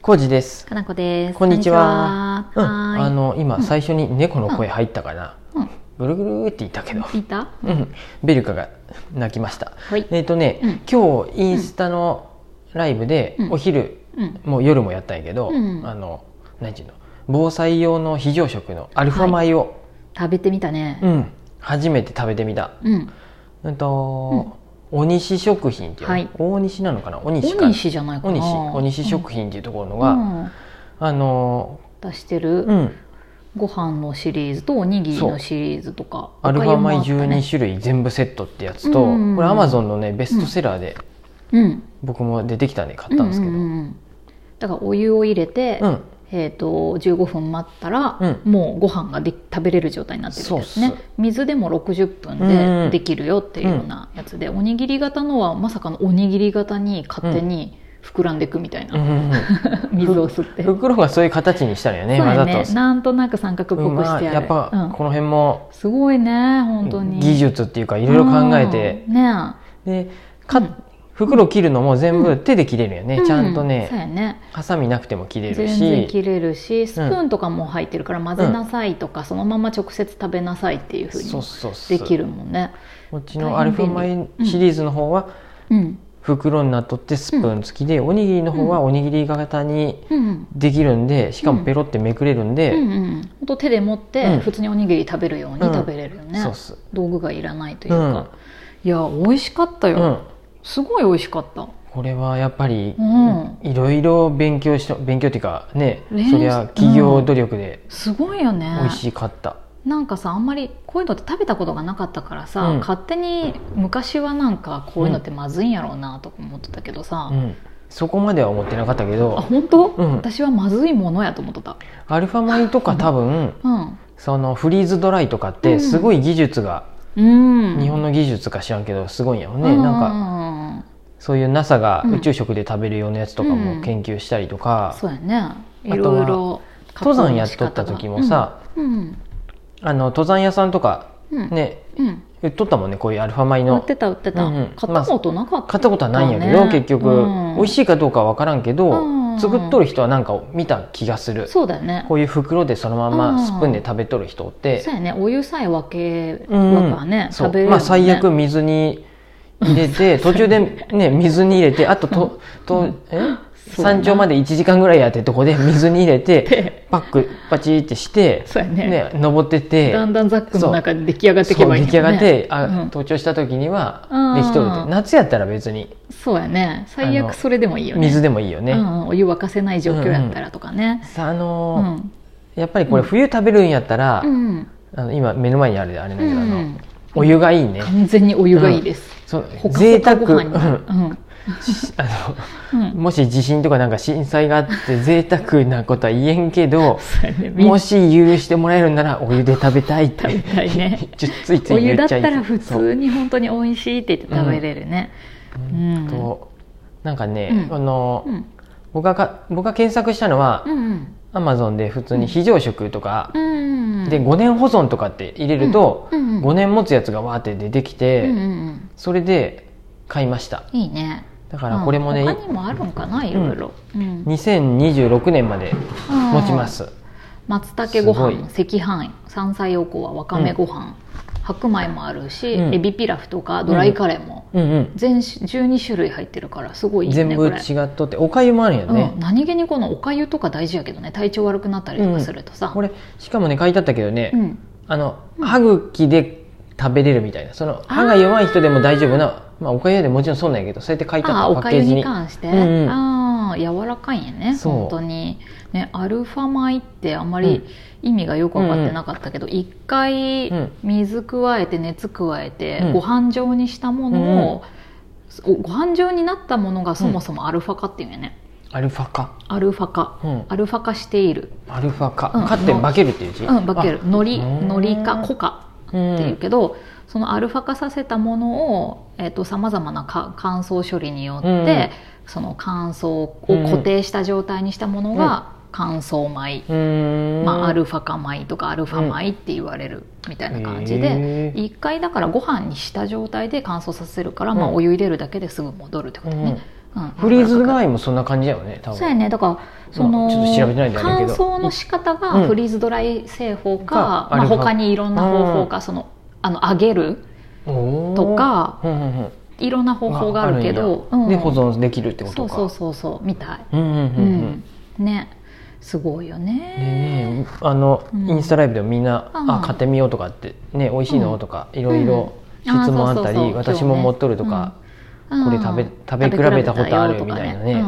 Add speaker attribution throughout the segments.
Speaker 1: コジです。
Speaker 2: かなこです。
Speaker 1: こんにちは。
Speaker 2: こんにち
Speaker 1: うん
Speaker 2: は
Speaker 1: あ
Speaker 2: はーい。
Speaker 1: の今最初に猫の声入ったかな。
Speaker 2: うん
Speaker 1: ぐるぐるって言ったけど、
Speaker 2: 聞いた？
Speaker 1: うん、ベルカが泣きました。
Speaker 2: はい。
Speaker 1: えっ、とね、
Speaker 2: うん
Speaker 1: 今日インスタのライブで
Speaker 2: うん
Speaker 1: お昼、
Speaker 2: うん。
Speaker 1: もう夜もやったんやけど、
Speaker 2: うん
Speaker 1: あの何ていうの防災用の非常食のアルファ米を、
Speaker 2: 食べてみたね。
Speaker 1: うん初めて食べてみた。
Speaker 2: うん。
Speaker 1: うんと、大西食品っていうの、
Speaker 2: はい
Speaker 1: 大西なのかな大西か
Speaker 2: 大西じゃないか
Speaker 1: 大
Speaker 2: な。
Speaker 1: 西大西食品っていうところの
Speaker 2: 品
Speaker 1: が、
Speaker 2: は
Speaker 1: あの
Speaker 2: 出して
Speaker 1: う
Speaker 2: る
Speaker 1: ん
Speaker 2: ご飯のシリーズとおにぎりのシリーズとか。
Speaker 1: アルファ米
Speaker 2: お粥もあったね
Speaker 1: 12種類全部セットってやつと、
Speaker 2: うん
Speaker 1: これアマゾンのねベストセラーで
Speaker 2: うん。
Speaker 1: 僕も出てきたんで買ったんですけど、
Speaker 2: うううんうんだからお湯を入れて
Speaker 1: う。ん
Speaker 2: えー、と15分待ったら、
Speaker 1: う
Speaker 2: もうご飯がで食べれる状態になってるんですね
Speaker 1: そうっす
Speaker 2: 水でも60
Speaker 1: うんう
Speaker 2: 分
Speaker 1: ん
Speaker 2: でできるよっていうようなやつで、おにぎり型のはまさかのおにぎり型に勝手に膨らんでいくみたいな、
Speaker 1: うんうんう
Speaker 2: 水を吸って
Speaker 1: ん、袋がそういう形にしたのよね
Speaker 2: そう
Speaker 1: わ
Speaker 2: や
Speaker 1: ざ
Speaker 2: ね
Speaker 1: と。
Speaker 2: なんとなく三角っぽ
Speaker 1: うん
Speaker 2: く
Speaker 1: ま
Speaker 2: し
Speaker 1: あ
Speaker 2: てある、
Speaker 1: やっぱ
Speaker 2: うん
Speaker 1: この辺も
Speaker 2: すごいね本当に
Speaker 1: 技術っていうかいろいろ考えて
Speaker 2: うんね
Speaker 1: でか袋を切るのも全部手で切れるよね、
Speaker 2: う
Speaker 1: ちゃんとね、
Speaker 2: そうやね
Speaker 1: ハサミなくても切れる
Speaker 2: 全然
Speaker 1: し
Speaker 2: 切れるしスプーンとかも入ってるから混ぜなさいとか、そのまま直接食べなさいっていうふうに
Speaker 1: そうそうそう
Speaker 2: できるもんね。
Speaker 1: こっちのアルファ米シリーズの方は
Speaker 2: うん、
Speaker 1: 袋になっとってスプーン付きで、おにぎりの方はおにぎり型に
Speaker 2: うん、
Speaker 1: できるんでしかもペロってめくれるん
Speaker 2: うん、う
Speaker 1: で、
Speaker 2: ん、本当手で持っ
Speaker 1: う
Speaker 2: て
Speaker 1: ん
Speaker 2: 普通におにぎり食べるように
Speaker 1: うん
Speaker 2: 食べれるよね。
Speaker 1: そうっす
Speaker 2: 道具がいらないといううか、
Speaker 1: ん、
Speaker 2: いや美味しかったよ、
Speaker 1: うん
Speaker 2: すごい美味しかった。
Speaker 1: これはやっぱり
Speaker 2: うん
Speaker 1: いろいろ勉強した勉強っていうかね
Speaker 2: ね
Speaker 1: そりゃ企業努力です
Speaker 2: ごいよね。
Speaker 1: 美味しかった、
Speaker 2: なんかさあんまりこういうのって食べたことがなかったからさ、
Speaker 1: うん
Speaker 2: 勝手に昔はなんかこういうのってまずいんやろうなとか思ってたけどさ、
Speaker 1: うんそこまでは思ってなかったけ
Speaker 2: あ
Speaker 1: ど
Speaker 2: 本当、
Speaker 1: うん
Speaker 2: 私はまずいものやと思ってた。
Speaker 1: アルファ米とか多分
Speaker 2: うん
Speaker 1: そのフリーズドライとかっ
Speaker 2: う
Speaker 1: て
Speaker 2: ん
Speaker 1: すごい技術が、
Speaker 2: うん、
Speaker 1: 日本の技術か知らんけどすごいんやろね、なんか
Speaker 2: か
Speaker 1: そういう NASA が
Speaker 2: うん
Speaker 1: 宇宙食で食べるようなやつとかも研究したりとか、
Speaker 2: そうやねい
Speaker 1: あと
Speaker 2: ろいろ
Speaker 1: は登山やっとった時もさ、
Speaker 2: うん
Speaker 1: あの登山屋さんとか
Speaker 2: うん
Speaker 1: ね
Speaker 2: うん
Speaker 1: 売っとったもんねこういうアルファ米
Speaker 2: 売っ
Speaker 1: の
Speaker 2: てた売ってた、
Speaker 1: うんうん
Speaker 2: 買ったことなかった、
Speaker 1: 買ったことはないんやけど、
Speaker 2: ね
Speaker 1: 結局、
Speaker 2: うん
Speaker 1: 美味しいかどうかは分からんけど、
Speaker 2: うん
Speaker 1: 作っとる人はなんか見た気がする、
Speaker 2: そうだよね
Speaker 1: こういう袋でそのま
Speaker 2: う
Speaker 1: ま
Speaker 2: ん
Speaker 1: スプーンで食べとる人って
Speaker 2: そう、やねお湯さえ分けれ
Speaker 1: うん
Speaker 2: ばね、
Speaker 1: そう
Speaker 2: 食べれる
Speaker 1: ま
Speaker 2: もんね、
Speaker 1: あ、最悪水に入れ て途中で、ね、水に入れてあとととえ
Speaker 2: そうやな
Speaker 1: 山頂まで1時間ぐらいやってとこで水に入れ て
Speaker 2: で
Speaker 1: パックパチーってして、
Speaker 2: そうやね
Speaker 1: ね、登ってて
Speaker 2: だんだんザックの中で出来上がってけ
Speaker 1: そ
Speaker 2: ば
Speaker 1: う
Speaker 2: いい
Speaker 1: 出
Speaker 2: ん
Speaker 1: 来
Speaker 2: や
Speaker 1: 上が
Speaker 2: もん
Speaker 1: っ
Speaker 2: ね
Speaker 1: て、あ
Speaker 2: うん
Speaker 1: 登頂した時には
Speaker 2: うん
Speaker 1: できとると夏やったら別に
Speaker 2: そうやね最悪それでもいいよね
Speaker 1: 水でもいいよね。
Speaker 2: うんうん、お湯沸かせない状況やったらとかね
Speaker 1: さあ
Speaker 2: う
Speaker 1: のー
Speaker 2: ん
Speaker 1: やっぱりこれ冬食べるんやったら、
Speaker 2: うん、
Speaker 1: あの今目の前にあるあれなん
Speaker 2: う
Speaker 1: だけど、あの
Speaker 2: ん、
Speaker 1: お湯がいいね
Speaker 2: 完全にお湯がいいです、
Speaker 1: そう
Speaker 2: ほか
Speaker 1: 贅
Speaker 2: ほか
Speaker 1: 沢
Speaker 2: ご飯になる
Speaker 1: うん
Speaker 2: うん
Speaker 1: あ
Speaker 2: う
Speaker 1: の
Speaker 2: ん
Speaker 1: もし地震とかなんか震災があ って贅沢なことは言えんけど
Speaker 2: そうやねみん
Speaker 1: もし許してもらえるならお湯で食べたいって
Speaker 2: 食べたいね
Speaker 1: ちょついつ
Speaker 2: お
Speaker 1: い
Speaker 2: 湯
Speaker 1: 言
Speaker 2: だ
Speaker 1: っ
Speaker 2: っ
Speaker 1: ちゃ
Speaker 2: た
Speaker 1: い
Speaker 2: ら普
Speaker 1: そう
Speaker 2: 通に本当に美味しいって言って食べれるね。うん。
Speaker 1: となんかね、
Speaker 2: うん
Speaker 1: あの
Speaker 2: うん。
Speaker 1: 僕がか僕が検索したのは
Speaker 2: うんうん。
Speaker 1: アマゾンで普通に非常食とか、
Speaker 2: うん。
Speaker 1: で5年保存とかって入れると、
Speaker 2: うんうん
Speaker 1: 5年持つやつがわーって出てき
Speaker 2: う
Speaker 1: て、
Speaker 2: んうん
Speaker 1: それで買いました
Speaker 2: うん。いいね。
Speaker 1: だからこれもね、
Speaker 2: うん他にもあるんかな、いろいろ。うん
Speaker 1: 2026年まで持ちま。
Speaker 2: うん
Speaker 1: す
Speaker 2: 松茸ご
Speaker 1: す
Speaker 2: 飯、赤飯、山菜おこわ、わかめご飯、白米もあるし、
Speaker 1: うん
Speaker 2: エビピラフとかドライカレーも。
Speaker 1: うんうん
Speaker 2: 全12種類入ってるからすごいいいね
Speaker 1: 全部
Speaker 2: これ
Speaker 1: 違っとっておかゆもあるんやね
Speaker 2: うん、、何気にこのおかゆとか大事やけどね体調悪くなったりとかするとさ、
Speaker 1: これしかもね書いてあったけどね、
Speaker 2: うん、
Speaker 1: あの歯茎で食べれるみたいなその歯が弱い人でも大丈夫なまあ、おかゆでもちろんそうなんやけどそうやって書いて
Speaker 2: あ
Speaker 1: あ
Speaker 2: あ
Speaker 1: った
Speaker 2: お
Speaker 1: パッ
Speaker 2: か
Speaker 1: ケ
Speaker 2: ゆ
Speaker 1: ージ
Speaker 2: に
Speaker 1: に
Speaker 2: 関して、
Speaker 1: うんうん
Speaker 2: ああ柔らかいんやね
Speaker 1: そう
Speaker 2: 本当にねアルファ米ってあんまり意味がよく分かってなかったけど一、回
Speaker 1: うん
Speaker 2: 水加えて熱加えて、
Speaker 1: うん
Speaker 2: ご飯状にしたものを、おご飯状になったものがそもそもアルファ化っていうんやね、
Speaker 1: アルファ化、
Speaker 2: アルファ化
Speaker 1: うん、
Speaker 2: アルファ化している、
Speaker 1: アルファ化、
Speaker 2: うん
Speaker 1: かって化けるっていう字
Speaker 2: うん、化けるのり
Speaker 1: うん
Speaker 2: のり化コ化
Speaker 1: あうん
Speaker 2: っていうけど、そのアルファ化させたものをさ、えっとまざまなか乾燥処理によって、
Speaker 1: うん
Speaker 2: その乾燥を固定した状態にしたものが乾燥米、
Speaker 1: うーん
Speaker 2: まあ、アルファ化米とかアルファ米って言われるみたいな感じで、
Speaker 1: へー
Speaker 2: 一回だからご飯にした状態で乾燥させるから、まあ、
Speaker 1: うん
Speaker 2: お湯入れるだけですぐ戻るってことね、
Speaker 1: うん
Speaker 2: うんうん
Speaker 1: フリーズドライもそんな感じだよね多分
Speaker 2: そうやねだからその、
Speaker 1: まあちょっと調べてないんであれだけ
Speaker 2: 乾
Speaker 1: ど
Speaker 2: 燥の仕方
Speaker 1: うん
Speaker 2: がフリーズドライ製法
Speaker 1: か
Speaker 2: か、
Speaker 1: ア
Speaker 2: まあ、
Speaker 1: ルファ
Speaker 2: 他にいろんな方法か、そのあの揚げる
Speaker 1: おー
Speaker 2: とか
Speaker 1: うんうんうん
Speaker 2: いろんな方法があるけど、
Speaker 1: ああるんやで
Speaker 2: うん
Speaker 1: 保存できるってこと
Speaker 2: そう
Speaker 1: か
Speaker 2: そうそうそうみたい、
Speaker 1: うんうんうん
Speaker 2: う
Speaker 1: うん
Speaker 2: んねすごいよ
Speaker 1: でね
Speaker 2: ね
Speaker 1: あの、
Speaker 2: うん
Speaker 1: インスタライブでもみんな「
Speaker 2: うん
Speaker 1: あ買ってみよう」とかって「ね美味しいの?」とかいろいろ質
Speaker 2: あー
Speaker 1: 問あったり
Speaker 2: そうそうそう
Speaker 1: 私も持っとる」とか、
Speaker 2: うん
Speaker 1: これ食べ食べ比べたことあるみたいなね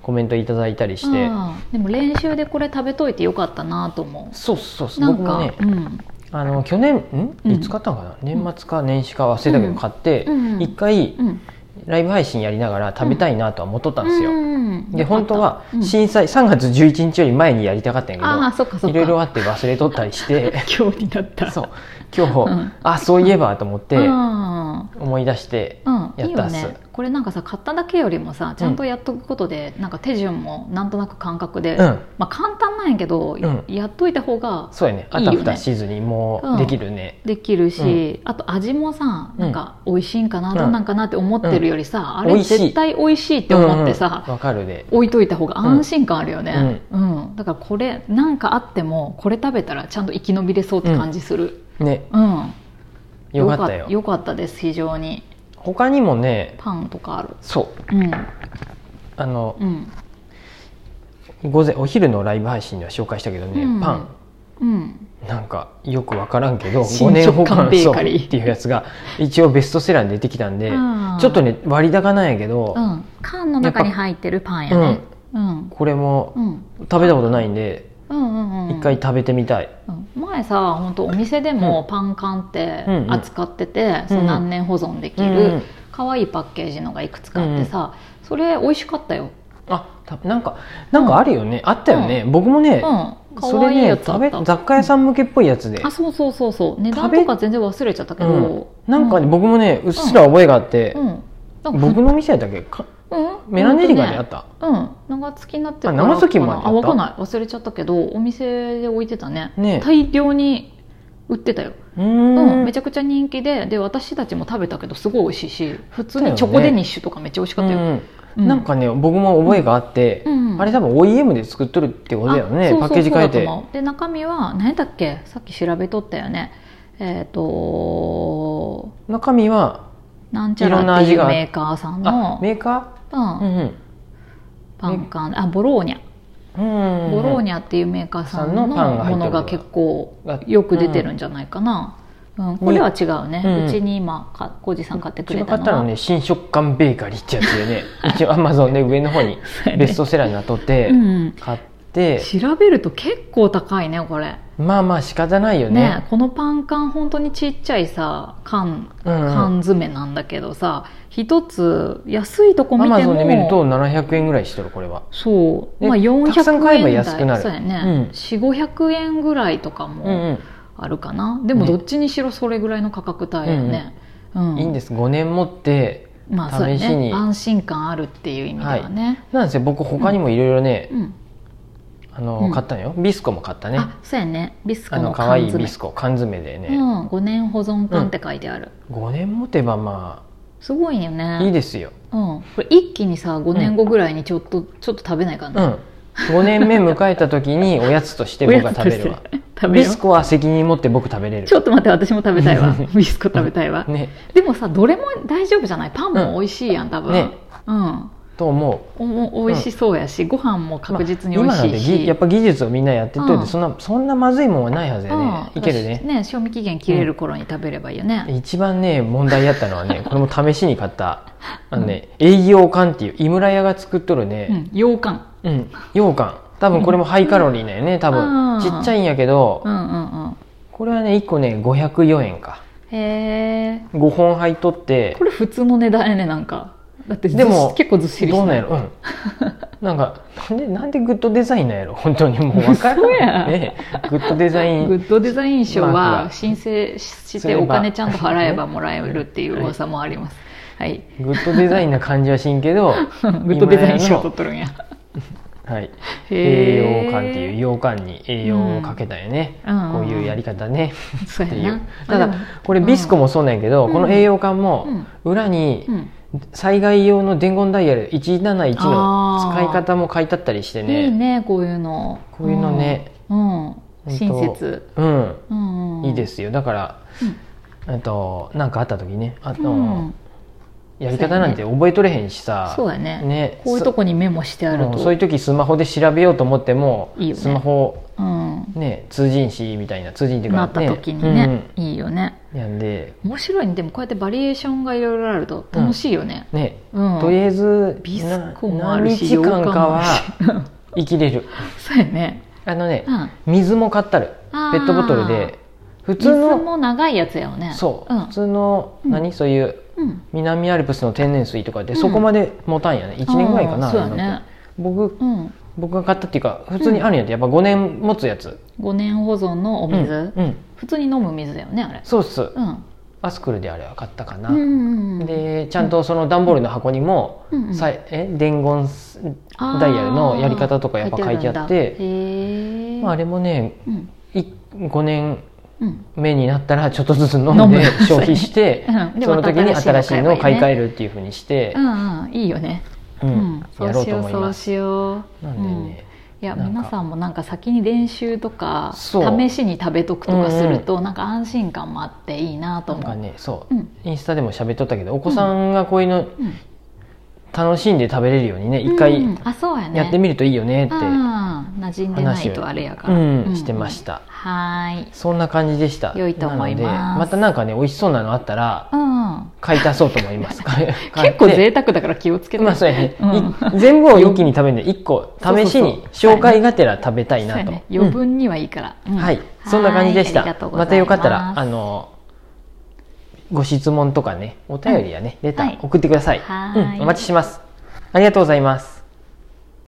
Speaker 1: コメントいただいたり
Speaker 2: う
Speaker 1: し
Speaker 2: ん
Speaker 1: て、
Speaker 2: うんでも練習でこれ食べといてよかったなと思う
Speaker 1: そうそうそう
Speaker 2: なん
Speaker 1: 僕
Speaker 2: か
Speaker 1: もね
Speaker 2: うん
Speaker 1: あの去年
Speaker 2: うんん
Speaker 1: いつ買ったのかな、年末か年始か忘れたけど買って、一
Speaker 2: うん
Speaker 1: 回
Speaker 2: うん
Speaker 1: ライブ配信やりながら食べたいなとは思っとったんですよ、
Speaker 2: うん
Speaker 1: で本当は
Speaker 2: うん
Speaker 1: 震災3月11日より前にやりたかったん
Speaker 2: あ
Speaker 1: や
Speaker 2: あそっか
Speaker 1: けど
Speaker 2: そっ
Speaker 1: い
Speaker 2: か
Speaker 1: ろいろあって忘れとったりして
Speaker 2: 今日になった
Speaker 1: そう今日、
Speaker 2: うん
Speaker 1: あそういえばと思って
Speaker 2: うん
Speaker 1: 思い出して、
Speaker 2: うん、
Speaker 1: や
Speaker 2: いい
Speaker 1: った
Speaker 2: よ
Speaker 1: っす
Speaker 2: ねこれなんかさ買っただけよりもさちゃんとやっとくことで、なんか手順もなんとなく感覚で、
Speaker 1: うん
Speaker 2: まあ簡単なんやけど、
Speaker 1: ん
Speaker 2: やっといた方が
Speaker 1: そうやねあ
Speaker 2: いいよ
Speaker 1: た
Speaker 2: ね
Speaker 1: ふたしずにもうできるね
Speaker 2: できるし、あと味もさなんか美味しいんかな、
Speaker 1: うん
Speaker 2: どんなんかなって思ってるよりさ、
Speaker 1: うん
Speaker 2: あ
Speaker 1: 美
Speaker 2: れ
Speaker 1: 味しい
Speaker 2: 絶対美味しいって
Speaker 1: うんうん
Speaker 2: 思ってさ、
Speaker 1: わかるで
Speaker 2: 置いといた方が安心感あるよね、うんだからこれなんかあってもこれ食べたらちゃんと生き延びれそうって感じする、
Speaker 1: ね
Speaker 2: うん
Speaker 1: よかったよ
Speaker 2: よかったです非常に
Speaker 1: 他にもね
Speaker 2: パンとかある
Speaker 1: そう
Speaker 2: うん
Speaker 1: あの
Speaker 2: うん
Speaker 1: 午前お昼のライブ配信では紹介したけどね、
Speaker 2: うん
Speaker 1: パン
Speaker 2: うん
Speaker 1: なんかよく分からんけど5
Speaker 2: 新
Speaker 1: 年保
Speaker 2: 食感
Speaker 1: 管
Speaker 2: ベ
Speaker 1: そ
Speaker 2: ー
Speaker 1: う
Speaker 2: カリー
Speaker 1: っていうやつが一応ベストセラーに出てきたんで
Speaker 2: あー
Speaker 1: ちょっとね割高なんやけど、
Speaker 2: うん、缶の中に入ってるパンやねうん
Speaker 1: これも
Speaker 2: うん
Speaker 1: 食べたことないんで
Speaker 2: うんうんうん
Speaker 1: 一回食べてみたい、
Speaker 2: うん前さ本当お店でもパン缶って
Speaker 1: うんうん
Speaker 2: 扱ってて、その何年保存でき
Speaker 1: うんう
Speaker 2: る
Speaker 1: ん
Speaker 2: 可愛いパッケージのがいくつかあってさ、それ美味しかったよ、
Speaker 1: あたなんかなんかあるよね、あったよね、僕も
Speaker 2: うん
Speaker 1: ね、そ
Speaker 2: 可
Speaker 1: れ
Speaker 2: 愛い
Speaker 1: ね
Speaker 2: やつあ
Speaker 1: 食
Speaker 2: っ
Speaker 1: べ
Speaker 2: た、
Speaker 1: 雑貨屋さん向けっぽいやつで、
Speaker 2: あそうそうそうそう値段
Speaker 1: 食べ
Speaker 2: とか全然忘れちゃったけ
Speaker 1: う
Speaker 2: ど、
Speaker 1: んなんかね、僕もねうっすら覚えがあって
Speaker 2: う、んなんか
Speaker 1: 僕の店やったっけか
Speaker 2: うん
Speaker 1: メラネリガにあ
Speaker 2: ほん
Speaker 1: っ
Speaker 2: とね
Speaker 1: た、
Speaker 2: うん長月になってから
Speaker 1: あ長月まであった
Speaker 2: あ分かんない忘れちゃったけどお店で置いてたね
Speaker 1: ね
Speaker 2: 大量に売ってたよ、
Speaker 1: うーん
Speaker 2: うん、めちゃくちゃ人気でで私たちも食べたけどすごい美味しいし普通にチョコデニッシュとかめっちゃ美味しかったよ、
Speaker 1: うん
Speaker 2: うん
Speaker 1: なんかね僕も覚えがあって、
Speaker 2: うん
Speaker 1: あれ多分 OEM で作っとるってことだよね
Speaker 2: あそう
Speaker 1: パ
Speaker 2: そう
Speaker 1: ッケージ変え
Speaker 2: そう
Speaker 1: て
Speaker 2: だと思うで中身は何だっけさっき調べとったよねえっ、と
Speaker 1: 中身は
Speaker 2: なんちゃらってい
Speaker 1: いろん
Speaker 2: う
Speaker 1: な味が
Speaker 2: メーカーさん
Speaker 1: あ
Speaker 2: の、
Speaker 1: メーカー
Speaker 2: うん、
Speaker 1: ん
Speaker 2: パン缶あボローニャ
Speaker 1: うん
Speaker 2: ボロー
Speaker 1: に
Speaker 2: ニャっていうメーカーさん
Speaker 1: さ
Speaker 2: の
Speaker 1: んのパンが入って
Speaker 2: も
Speaker 1: る
Speaker 2: のが結構よく出てるんじゃないかな、うんこれは違うね、
Speaker 1: うん
Speaker 2: うちに今かコージさん買ってく
Speaker 1: 違
Speaker 2: れ
Speaker 1: か
Speaker 2: た
Speaker 1: った
Speaker 2: の
Speaker 1: の
Speaker 2: は
Speaker 1: ね新食感ベーカリーってやつでね一応アマゾンで上の方にベストセラーになっとって
Speaker 2: うん、
Speaker 1: 買って、
Speaker 2: 調べると結構高いねこれ
Speaker 1: まあまあ仕方ないよ
Speaker 2: ね
Speaker 1: ね
Speaker 2: このパン缶本当にちっちゃいさ缶
Speaker 1: うんうん
Speaker 2: 缶詰なんだけどさ一つ安いとこ
Speaker 1: ア
Speaker 2: 見
Speaker 1: マ
Speaker 2: て
Speaker 1: ゾンで見ると
Speaker 2: も
Speaker 1: 700円ぐらいしてるこれは
Speaker 2: そう、
Speaker 1: ね
Speaker 2: まあ、400円
Speaker 1: たくさん買えば安くなる
Speaker 2: そうやね、
Speaker 1: うん
Speaker 2: 4500円ぐらいとか
Speaker 1: うん
Speaker 2: もあるかな、でもどっちにしろそれぐらいの価格帯よね、うん
Speaker 1: うんいいんです5年持って
Speaker 2: まあそうや
Speaker 1: 試しに
Speaker 2: ね安心感あるっていう意味ではね、
Speaker 1: なんですよ僕他にもいろいろね、
Speaker 2: うん
Speaker 1: あの
Speaker 2: うん
Speaker 1: 買ったのよビスコも買ったね
Speaker 2: あそうやねビスコ
Speaker 1: あの
Speaker 2: の
Speaker 1: 可
Speaker 2: 缶
Speaker 1: 愛い
Speaker 2: 詰
Speaker 1: ビスコ缶詰でね、
Speaker 2: うん、5年保存缶って書いてある、
Speaker 1: 5年持てばます
Speaker 2: ごいよ
Speaker 1: あ
Speaker 2: ね
Speaker 1: いいですよ、
Speaker 2: うん、これ一気にさ5年後ぐらいにちょっと、ちょっと食べないか
Speaker 1: う
Speaker 2: な、
Speaker 1: ん、5年目迎えた時におやつとして
Speaker 2: お
Speaker 1: 僕
Speaker 2: や
Speaker 1: が
Speaker 2: つと
Speaker 1: 食べ
Speaker 2: して
Speaker 1: るわ
Speaker 2: 食べ
Speaker 1: ビ
Speaker 2: よ
Speaker 1: スコは責任持って僕食べれ
Speaker 2: う
Speaker 1: る
Speaker 2: ちょっと待って私も食べたいわビスコ食べたいわ、
Speaker 1: ね
Speaker 2: でもさどれも大丈夫じゃないパンも美味しいやん多分、
Speaker 1: ね
Speaker 2: うん
Speaker 1: と思う
Speaker 2: おも美味しそうやし、ご飯も確実に美
Speaker 1: まあ今なん
Speaker 2: 味
Speaker 1: で
Speaker 2: しい
Speaker 1: ぎ
Speaker 2: し、
Speaker 1: やっぱ技術をみんなやってっといて、
Speaker 2: うん
Speaker 1: そんなそんなまずいもんはないはずやね、
Speaker 2: うん
Speaker 1: いけるね
Speaker 2: 賞味期限切れる頃に食べればいいよね、
Speaker 1: 一番ね問題やったのは ねこれも試しに買ったあのね、栄養缶っていう井村屋が作っとる
Speaker 2: う
Speaker 1: ね、
Speaker 2: ん、羊羹
Speaker 1: うん羊羹多分これもハイカロリーだよね多
Speaker 2: う
Speaker 1: 分
Speaker 2: ん
Speaker 1: ちっちゃいんやけど、
Speaker 2: うんうん
Speaker 1: これはね1個ね504円か
Speaker 2: うんへえ
Speaker 1: 5本入っとって
Speaker 2: これ普通の値段やねなんかだってずっ
Speaker 1: でも
Speaker 2: 結構ずっしり
Speaker 1: ど
Speaker 2: し
Speaker 1: うなん
Speaker 2: ない
Speaker 1: やろ、う ん、なんかなんでなんでグッドデザインなんやろ本当に もう分から
Speaker 2: 嘘や
Speaker 1: んねグッドデザイ
Speaker 2: グ
Speaker 1: ン
Speaker 2: ッドデザイン賞
Speaker 1: マークが
Speaker 2: は申請し
Speaker 1: すれ
Speaker 2: て
Speaker 1: ば
Speaker 2: お金ちゃんと払えばもらえるっていう噂もあります。はい。
Speaker 1: グッドデザインな感じはしんけど
Speaker 2: グッドデザイン
Speaker 1: 今
Speaker 2: 賞
Speaker 1: やの
Speaker 2: 取っとるんや。
Speaker 1: はい、
Speaker 2: へ
Speaker 1: 栄
Speaker 2: ー
Speaker 1: 養感っていう羊羹に栄養をかけたよね、
Speaker 2: うん
Speaker 1: こういうやり方ね、
Speaker 2: そう
Speaker 1: って
Speaker 2: や
Speaker 1: いう
Speaker 2: な。
Speaker 1: ただ
Speaker 2: まあ
Speaker 1: これビスコもそうなんやけど、
Speaker 2: うん
Speaker 1: この栄養感も裏に
Speaker 2: でもうん
Speaker 1: 災害用の伝言ダイヤル171の
Speaker 2: あー
Speaker 1: 使い方も書いてあったりしてね
Speaker 2: いいねこういうの
Speaker 1: こういうのね、
Speaker 2: うん、うん
Speaker 1: 当
Speaker 2: 親切、
Speaker 1: うん、
Speaker 2: うんうん、、
Speaker 1: いいですすよだから
Speaker 2: うん
Speaker 1: えっとなんかあった時ねあ
Speaker 2: う
Speaker 1: の、
Speaker 2: ん、
Speaker 1: やり方なんて覚えとれへんしさ
Speaker 2: そうだね
Speaker 1: ね
Speaker 2: こういうとこにメモしてある
Speaker 1: そ
Speaker 2: と
Speaker 1: うんそういう時スマホで調べようと思っても
Speaker 2: いいよね
Speaker 1: スマホ
Speaker 2: うん、
Speaker 1: ね通じんしみたいな通じんっていうか、
Speaker 2: な
Speaker 1: ね、
Speaker 2: った時にね、いいよね
Speaker 1: うんやんで
Speaker 2: 面白いねでもこうやってバリエーションがいろいろあると楽しいよね、
Speaker 1: ね、
Speaker 2: うん
Speaker 1: とりあえず
Speaker 2: ビス
Speaker 1: な
Speaker 2: コもある
Speaker 1: 何
Speaker 2: し
Speaker 1: 日間かは
Speaker 2: 羊羹もあるし
Speaker 1: 生きれる
Speaker 2: そうやね、
Speaker 1: あのね
Speaker 2: う、ん、
Speaker 1: 水も買ったる
Speaker 2: あ
Speaker 1: ペ
Speaker 2: ー
Speaker 1: ットボトルで普
Speaker 2: 水
Speaker 1: 通の
Speaker 2: も長いやつやよね
Speaker 1: そう、
Speaker 2: うん
Speaker 1: 普通の
Speaker 2: うん
Speaker 1: 何そういう
Speaker 2: うん、
Speaker 1: 南アルプスの天然水とかって
Speaker 2: うん
Speaker 1: そこまで持たんやね、1年ぐらいかな
Speaker 2: あーそう
Speaker 1: あ
Speaker 2: や
Speaker 1: れなん
Speaker 2: ね
Speaker 1: て僕
Speaker 2: うん
Speaker 1: 僕が買ったっていうか普通にあるんやってやっぱ5年持つやつ
Speaker 2: 5年保存のお水、
Speaker 1: うん、うん
Speaker 2: 普通に飲む水だよねあれ
Speaker 1: そうっす、
Speaker 2: うん
Speaker 1: アスクルであれは買ったかな、
Speaker 2: うんうんうん
Speaker 1: でちゃんとその段ボールの箱にも、
Speaker 2: うんうん
Speaker 1: さいえ伝言すダイヤルのやり方とかやっぱ書いてあって
Speaker 2: 書いてあるんだへえ
Speaker 1: まあ、あれもね
Speaker 2: うん
Speaker 1: い5年
Speaker 2: うん
Speaker 1: 目になったらちょっとずつ飲ん
Speaker 2: 飲む
Speaker 1: で消費して、
Speaker 2: うん で
Speaker 1: その時に
Speaker 2: また
Speaker 1: 新
Speaker 2: 新
Speaker 1: し
Speaker 2: し
Speaker 1: い
Speaker 2: い
Speaker 1: の
Speaker 2: の
Speaker 1: を
Speaker 2: を
Speaker 1: 買
Speaker 2: 買
Speaker 1: い
Speaker 2: い
Speaker 1: 替
Speaker 2: 替
Speaker 1: え
Speaker 2: え
Speaker 1: るっていうふうにして
Speaker 2: う、んうんいいよね
Speaker 1: うん
Speaker 2: うんそ
Speaker 1: や
Speaker 2: う
Speaker 1: ろう
Speaker 2: し
Speaker 1: と
Speaker 2: よう
Speaker 1: 思い
Speaker 2: そ
Speaker 1: ま
Speaker 2: う
Speaker 1: す。
Speaker 2: しよう
Speaker 1: なんでね、
Speaker 2: うんいや
Speaker 1: なんか
Speaker 2: 皆さんもなんか先に練習とか
Speaker 1: そう
Speaker 2: 試しに食べとくとかするとなんか安心感もあっていいなと
Speaker 1: なん
Speaker 2: 思
Speaker 1: か
Speaker 2: う
Speaker 1: ねそうう、
Speaker 2: ん
Speaker 1: インスタでも喋っとったけどお子さんがこういうの
Speaker 2: うん
Speaker 1: 楽しんで食べれるようにね一回
Speaker 2: うんあそうやね
Speaker 1: やってみるといいよねって、
Speaker 2: うん馴染んでないとあれやか
Speaker 1: う
Speaker 2: ら
Speaker 1: ん
Speaker 2: うん
Speaker 1: してました。
Speaker 2: はーい
Speaker 1: そんな感じでした。
Speaker 2: 良いと思います
Speaker 1: なのでまたなんかね美味しそうなのあったら
Speaker 2: うん
Speaker 1: 買い足そうと思い ます。買い買って
Speaker 2: 結構贅沢だから気をつけて
Speaker 1: まあそうやね、
Speaker 2: うん
Speaker 1: い全部を一気に食べるんで1個試しに
Speaker 2: そうそうそう
Speaker 1: 紹介がてら食べたい
Speaker 2: そう
Speaker 1: な
Speaker 2: や
Speaker 1: と、
Speaker 2: ね余分にはいいから、
Speaker 1: う
Speaker 2: うんん
Speaker 1: はいそんな感じでし
Speaker 2: はいありがと
Speaker 1: た
Speaker 2: うござ
Speaker 1: ま
Speaker 2: い
Speaker 1: すたよかったらあのご質問とかねお便りやね、レター
Speaker 2: はい
Speaker 1: 送ってください、
Speaker 2: はーい
Speaker 1: うん、お待ちしますありがとうございます